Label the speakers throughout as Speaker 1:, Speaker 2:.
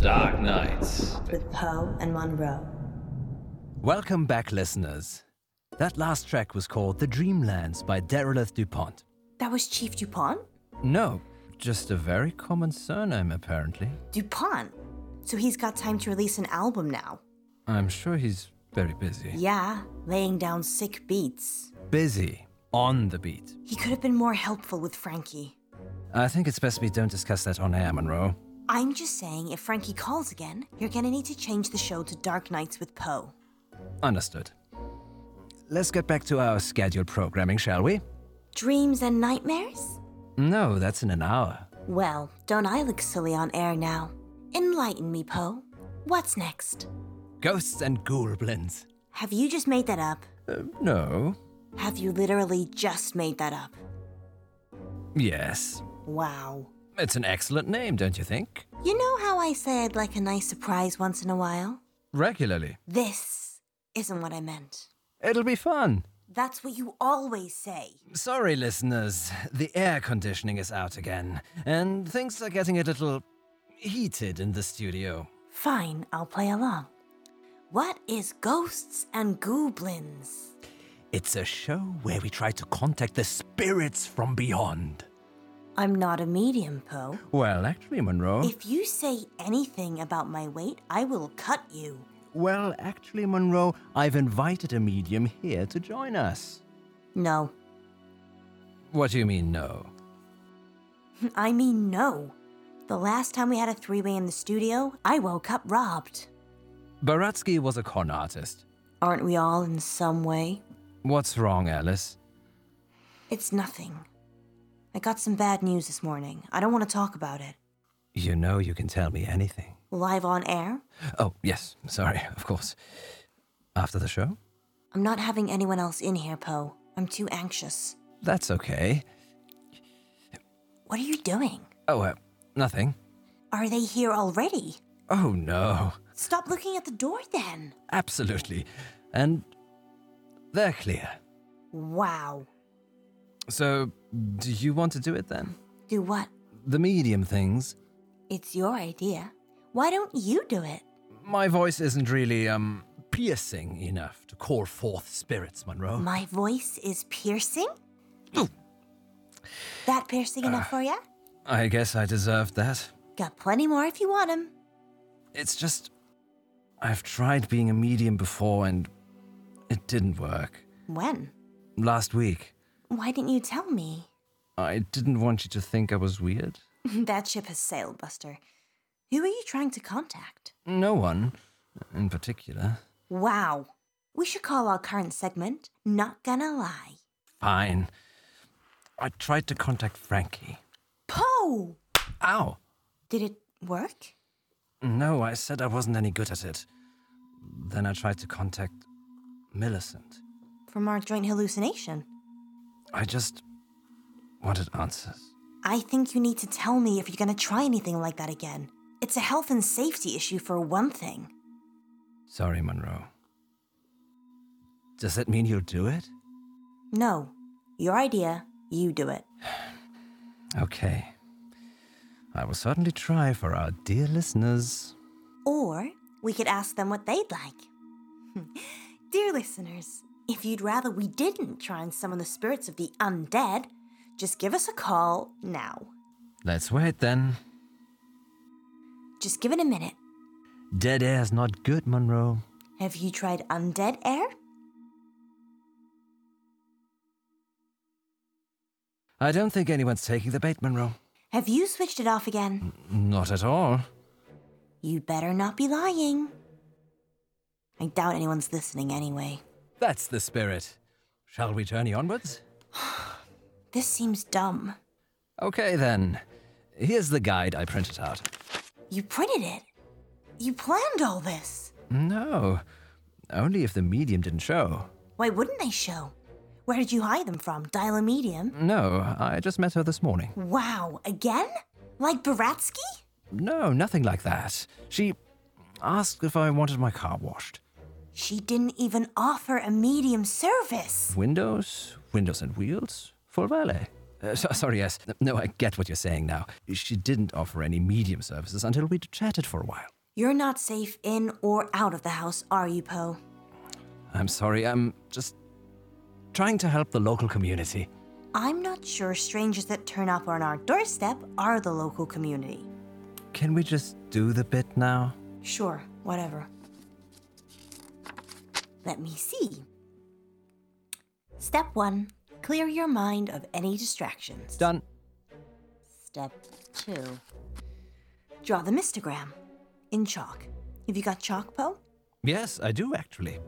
Speaker 1: Dark Knights.
Speaker 2: with Poe and Monroe.
Speaker 3: Welcome back, listeners. That last track was called The Dreamlands by Derelith DuPont.
Speaker 2: That was Chief Dupont?
Speaker 3: No, just a very common surname, apparently.
Speaker 2: Dupont? So he's got time to release an album now.
Speaker 3: I'm sure he's very busy.
Speaker 2: Yeah, laying down sick beats.
Speaker 3: Busy. On the beat.
Speaker 2: He could have been more helpful with Frankie.
Speaker 3: I think it's best we don't discuss that on air, Monroe.
Speaker 2: I'm just saying, if Frankie calls again, you're gonna need to change the show to Dark Nights with Poe.
Speaker 3: Understood. Let's get back to our scheduled programming, shall we?
Speaker 2: Dreams and nightmares?
Speaker 3: No, that's in an hour.
Speaker 2: Well, don't I look silly on air now? Enlighten me, Poe. What's next?
Speaker 3: Ghosts and Ghoulblins.
Speaker 2: Have you just made that up?
Speaker 3: Uh, no.
Speaker 2: Have you literally just made that up?
Speaker 3: Yes.
Speaker 2: Wow.
Speaker 3: It's an excellent name, don't you think?
Speaker 2: You know how I say I'd like a nice surprise once in a while?
Speaker 3: Regularly.
Speaker 2: This isn't what I meant.
Speaker 3: It'll be fun.
Speaker 2: That's what you always say.
Speaker 3: Sorry, listeners. The air conditioning is out again, and things are getting a little heated in the studio.
Speaker 2: Fine, I'll play along. What is Ghosts and Goblins?
Speaker 3: It's a show where we try to contact the spirits from beyond.
Speaker 2: I'm not a medium, Poe.
Speaker 3: Well, actually, Monroe.
Speaker 2: If you say anything about my weight, I will cut you.
Speaker 3: Well, actually, Monroe, I've invited a medium here to join us.
Speaker 2: No.
Speaker 3: What do you mean, no?
Speaker 2: I mean, no. The last time we had a three way in the studio, I woke up robbed.
Speaker 3: Baratsky was a con artist.
Speaker 2: Aren't we all in some way?
Speaker 3: What's wrong, Alice?
Speaker 2: It's nothing. I got some bad news this morning. I don't want to talk about it.
Speaker 3: You know you can tell me anything.
Speaker 2: Live on air?
Speaker 3: Oh, yes, sorry, of course. After the show?
Speaker 2: I'm not having anyone else in here, Poe. I'm too anxious.
Speaker 3: That's okay.
Speaker 2: What are you doing?
Speaker 3: Oh, uh, nothing.
Speaker 2: Are they here already?
Speaker 3: Oh, no.
Speaker 2: Stop looking at the door then.
Speaker 3: Absolutely. And they're clear.
Speaker 2: Wow.
Speaker 3: So, do you want to do it then?
Speaker 2: Do what?
Speaker 3: The medium things?
Speaker 2: It's your idea. Why don't you do it?
Speaker 3: My voice isn't really, um, piercing enough to call forth spirits, Monroe.
Speaker 2: My voice is piercing? that piercing enough for ya?
Speaker 3: I guess I deserved that.
Speaker 2: Got plenty more if you want 'em.
Speaker 3: It's just. I've tried being a medium before and it didn't work.
Speaker 2: When?
Speaker 3: Last week,
Speaker 2: Why didn't you tell me?
Speaker 3: I didn't want you to think I was weird.
Speaker 2: that ship has sailed, Buster. Who are you trying to contact?
Speaker 3: No one in particular.
Speaker 2: Wow. We should call our current segment Not Gonna Lie.
Speaker 3: Fine. I tried to contact Frankie.
Speaker 2: Poe!
Speaker 3: Ow!
Speaker 2: Did it work?
Speaker 3: No, I said I wasn't any good at it. Then I tried to contact Millicent.
Speaker 2: From our joint hallucination.
Speaker 3: I just wanted answers.
Speaker 2: I think you need to tell me if you're gonna try anything like that again. It's a health and safety issue for one thing.
Speaker 3: Sorry, Monroe. Does that mean you'll do it?
Speaker 2: No, your idea, you do it.
Speaker 3: Okay. I will certainly try for our dear listeners.
Speaker 2: Or we could ask them what they'd like. Dear listeners, if you'd rather we didn't try and summon the spirits of the undead, just give us a call now.
Speaker 3: Let's wait then.
Speaker 2: Just give it a minute.
Speaker 3: Dead air's not good, Monroe.
Speaker 2: Have you tried undead air?
Speaker 3: I don't think anyone's taking the bait, Monroe.
Speaker 2: Have you switched it off again?
Speaker 3: Not at all.
Speaker 2: You better not be lying. I doubt anyone's listening anyway.
Speaker 3: That's the spirit. Shall we journey onwards?
Speaker 2: This seems dumb.
Speaker 3: Okay then. Here's the guide I printed out.
Speaker 2: You printed it. You planned all this.
Speaker 3: No, only if the medium didn't show.
Speaker 2: Why wouldn't they show? Where did you hide them from? Dial a medium?
Speaker 3: No, I just met her this morning.
Speaker 2: Wow, again? Like Baratsky?
Speaker 3: No, nothing like that. She asked if I wanted my car washed.
Speaker 2: She didn't even offer a medium service.
Speaker 3: Windows, windows and wheels, full valet. Uh, so, sorry, yes. No, I get what you're saying now. She didn't offer any medium services until we'd chatted for a while.
Speaker 2: You're not safe in or out of the house, are you, Poe?
Speaker 3: I'm sorry, I'm just trying to help the local community.
Speaker 2: I'm not sure strangers that turn up on our doorstep are the local community.
Speaker 3: Can we just do the bit now?
Speaker 2: Sure, whatever. Let me see. Step one clear your mind of any distractions.
Speaker 3: Done.
Speaker 2: Step two draw the mystogram in chalk. Have you got chalk, Poe?
Speaker 3: Yes, I do actually.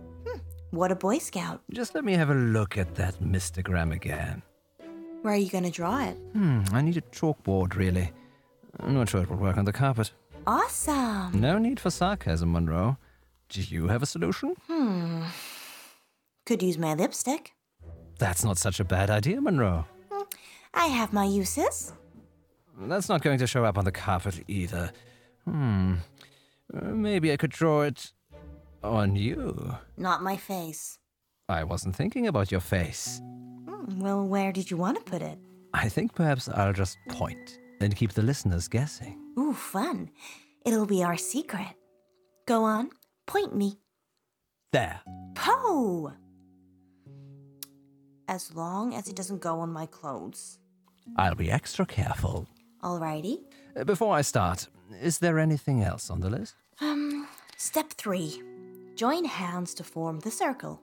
Speaker 2: What a Boy Scout.
Speaker 3: Just let me have a look at that mystogram again.
Speaker 2: Where are you going to draw it?
Speaker 3: Hmm, I need a chalkboard, really. I'm not sure it will work on the carpet.
Speaker 2: Awesome.
Speaker 3: No need for sarcasm, Monroe. Do you have a solution?
Speaker 2: Could use my lipstick.
Speaker 3: That's not such a bad idea, Monroe.
Speaker 2: I have my uses.
Speaker 3: That's not going to show up on the carpet either. Hmm. Uh, Maybe I could draw it on you.
Speaker 2: Not my face.
Speaker 3: I wasn't thinking about your face.
Speaker 2: Hmm, well, where did you want to put it?
Speaker 3: I think perhaps I'll just point and keep the listeners guessing.
Speaker 2: Ooh, fun. It'll be our secret. Go on, point me.
Speaker 3: There.
Speaker 2: Poe! As long as it doesn't go on my clothes.
Speaker 3: I'll be extra careful.
Speaker 2: Alrighty.
Speaker 3: Uh, Before I start, is there anything else on the list?
Speaker 2: Um, step three join hands to form the circle.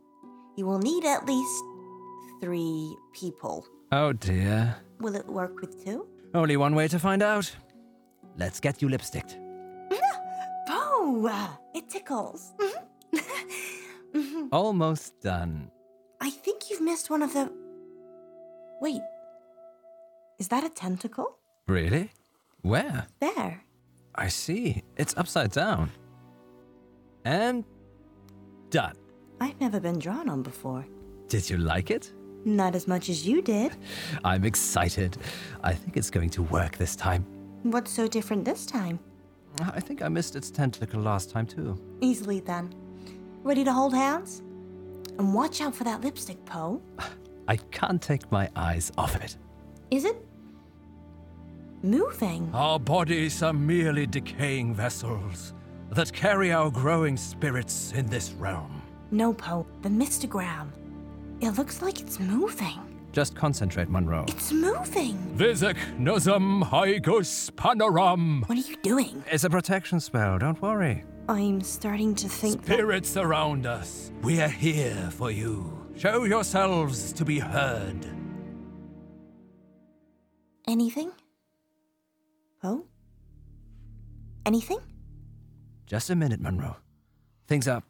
Speaker 2: You will need at least three people.
Speaker 3: Oh dear.
Speaker 2: Will it work with two?
Speaker 3: Only one way to find out. Let's get you lipsticked.
Speaker 2: Poe! It tickles.
Speaker 3: Almost done.
Speaker 2: I think you've missed one of the. Wait. Is that a tentacle?
Speaker 3: Really? Where?
Speaker 2: There.
Speaker 3: I see. It's upside down. And done.
Speaker 2: I've never been drawn on before.
Speaker 3: Did you like it?
Speaker 2: Not as much as you did.
Speaker 3: I'm excited. I think it's going to work this time.
Speaker 2: What's so different this time?
Speaker 3: I think I missed its tentacle last time, too.
Speaker 2: Easily then. Ready to hold hands? And watch out for that lipstick, Poe.
Speaker 3: I can't take my eyes off it.
Speaker 2: Is it moving?
Speaker 3: Our bodies are merely decaying vessels that carry our growing spirits in this realm.
Speaker 2: No, Poe. The mystogram. It looks like it's moving.
Speaker 3: Just concentrate, Monroe.
Speaker 2: It's moving.
Speaker 3: Visek nosum haigus panoram.
Speaker 2: What are you doing?
Speaker 3: It's a protection spell, don't worry.
Speaker 2: I'm starting to think that
Speaker 3: Spirits around us, we are here for you. Show yourselves to be heard.
Speaker 2: anything. Poe? Anything?
Speaker 3: Just a minute, Monroe. Things are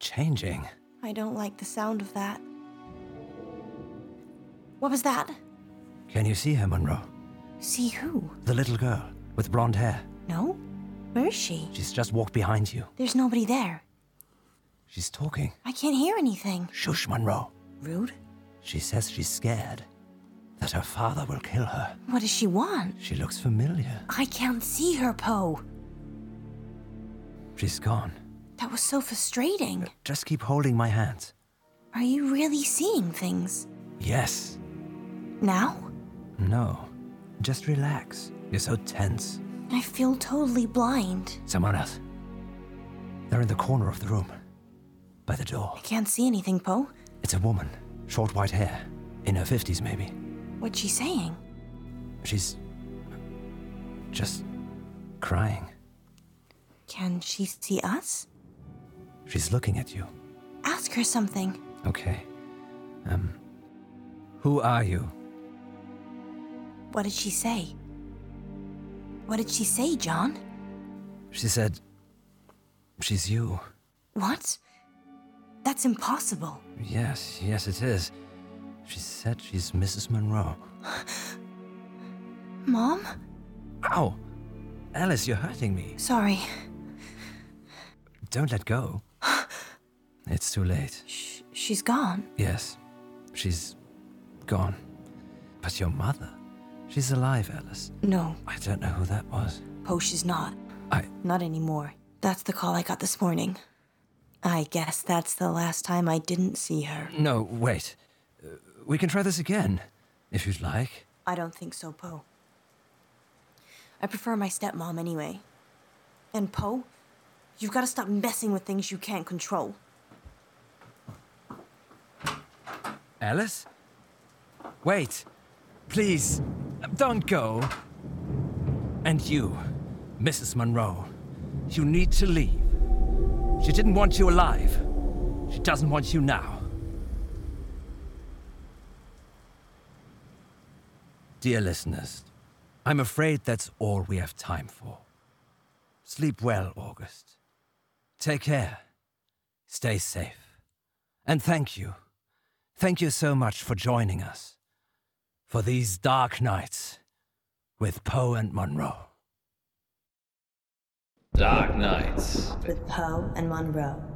Speaker 3: changing.
Speaker 2: I don't like the sound of that. What was that?
Speaker 3: Can you see her, Monroe?
Speaker 2: See who?
Speaker 3: The little girl with blonde hair.
Speaker 2: No? Where is she?
Speaker 3: She's just walked behind you.
Speaker 2: There's nobody there.
Speaker 3: She's talking.
Speaker 2: I can't hear anything.
Speaker 3: Shush, Monroe.
Speaker 2: Rude?
Speaker 3: She says she's scared. That her father will kill her.
Speaker 2: What does she want?
Speaker 3: She looks familiar.
Speaker 2: I can't see her, Poe.
Speaker 3: She's gone.
Speaker 2: That was so frustrating.
Speaker 3: Just keep holding my hand.
Speaker 2: Are you really seeing things?
Speaker 3: Yes.
Speaker 2: Now?
Speaker 3: No. Just relax. You're so tense.
Speaker 2: I feel totally blind.
Speaker 3: Someone else. They're in the corner of the room. By the door.
Speaker 2: I can't see anything, Poe.
Speaker 3: It's a woman. Short white hair. In her 50s, maybe.
Speaker 2: What's she saying?
Speaker 3: She's. just. crying.
Speaker 2: Can she see us?
Speaker 3: She's looking at you.
Speaker 2: Ask her something.
Speaker 3: Okay. Um. Who are you?
Speaker 2: What did she say? What did she say, John?
Speaker 3: She said. She's you.
Speaker 2: What? That's impossible.
Speaker 3: Yes, yes, it is. She said she's Mrs. Monroe.
Speaker 2: Mom?
Speaker 3: Ow! Alice, you're hurting me.
Speaker 2: Sorry.
Speaker 3: Don't let go. It's too late.
Speaker 2: Sh- she's gone.
Speaker 3: Yes, she's gone. But your mother, she's alive, Alice.
Speaker 2: No,
Speaker 3: I don't know who that was.
Speaker 2: Poe, she's not.
Speaker 3: I.
Speaker 2: Not anymore. That's the call I got this morning. I guess that's the last time I didn't see her.
Speaker 3: No, wait. Uh, we can try this again. if you'd like.
Speaker 2: I don't think so, Poe. I prefer my stepmom anyway. And Poe, you've got to stop messing with things you can't control.
Speaker 3: Alice? Wait. Please, don't go. And you, Mrs. Monroe, you need to leave. She didn't want you alive. She doesn't want you now. Dear listeners, I'm afraid that's all we have time for. Sleep well, August. Take care. Stay safe. And thank you. Thank you so much for joining us for these dark nights with Poe and Monroe.
Speaker 1: Dark Knights.
Speaker 2: With Poe and Monroe.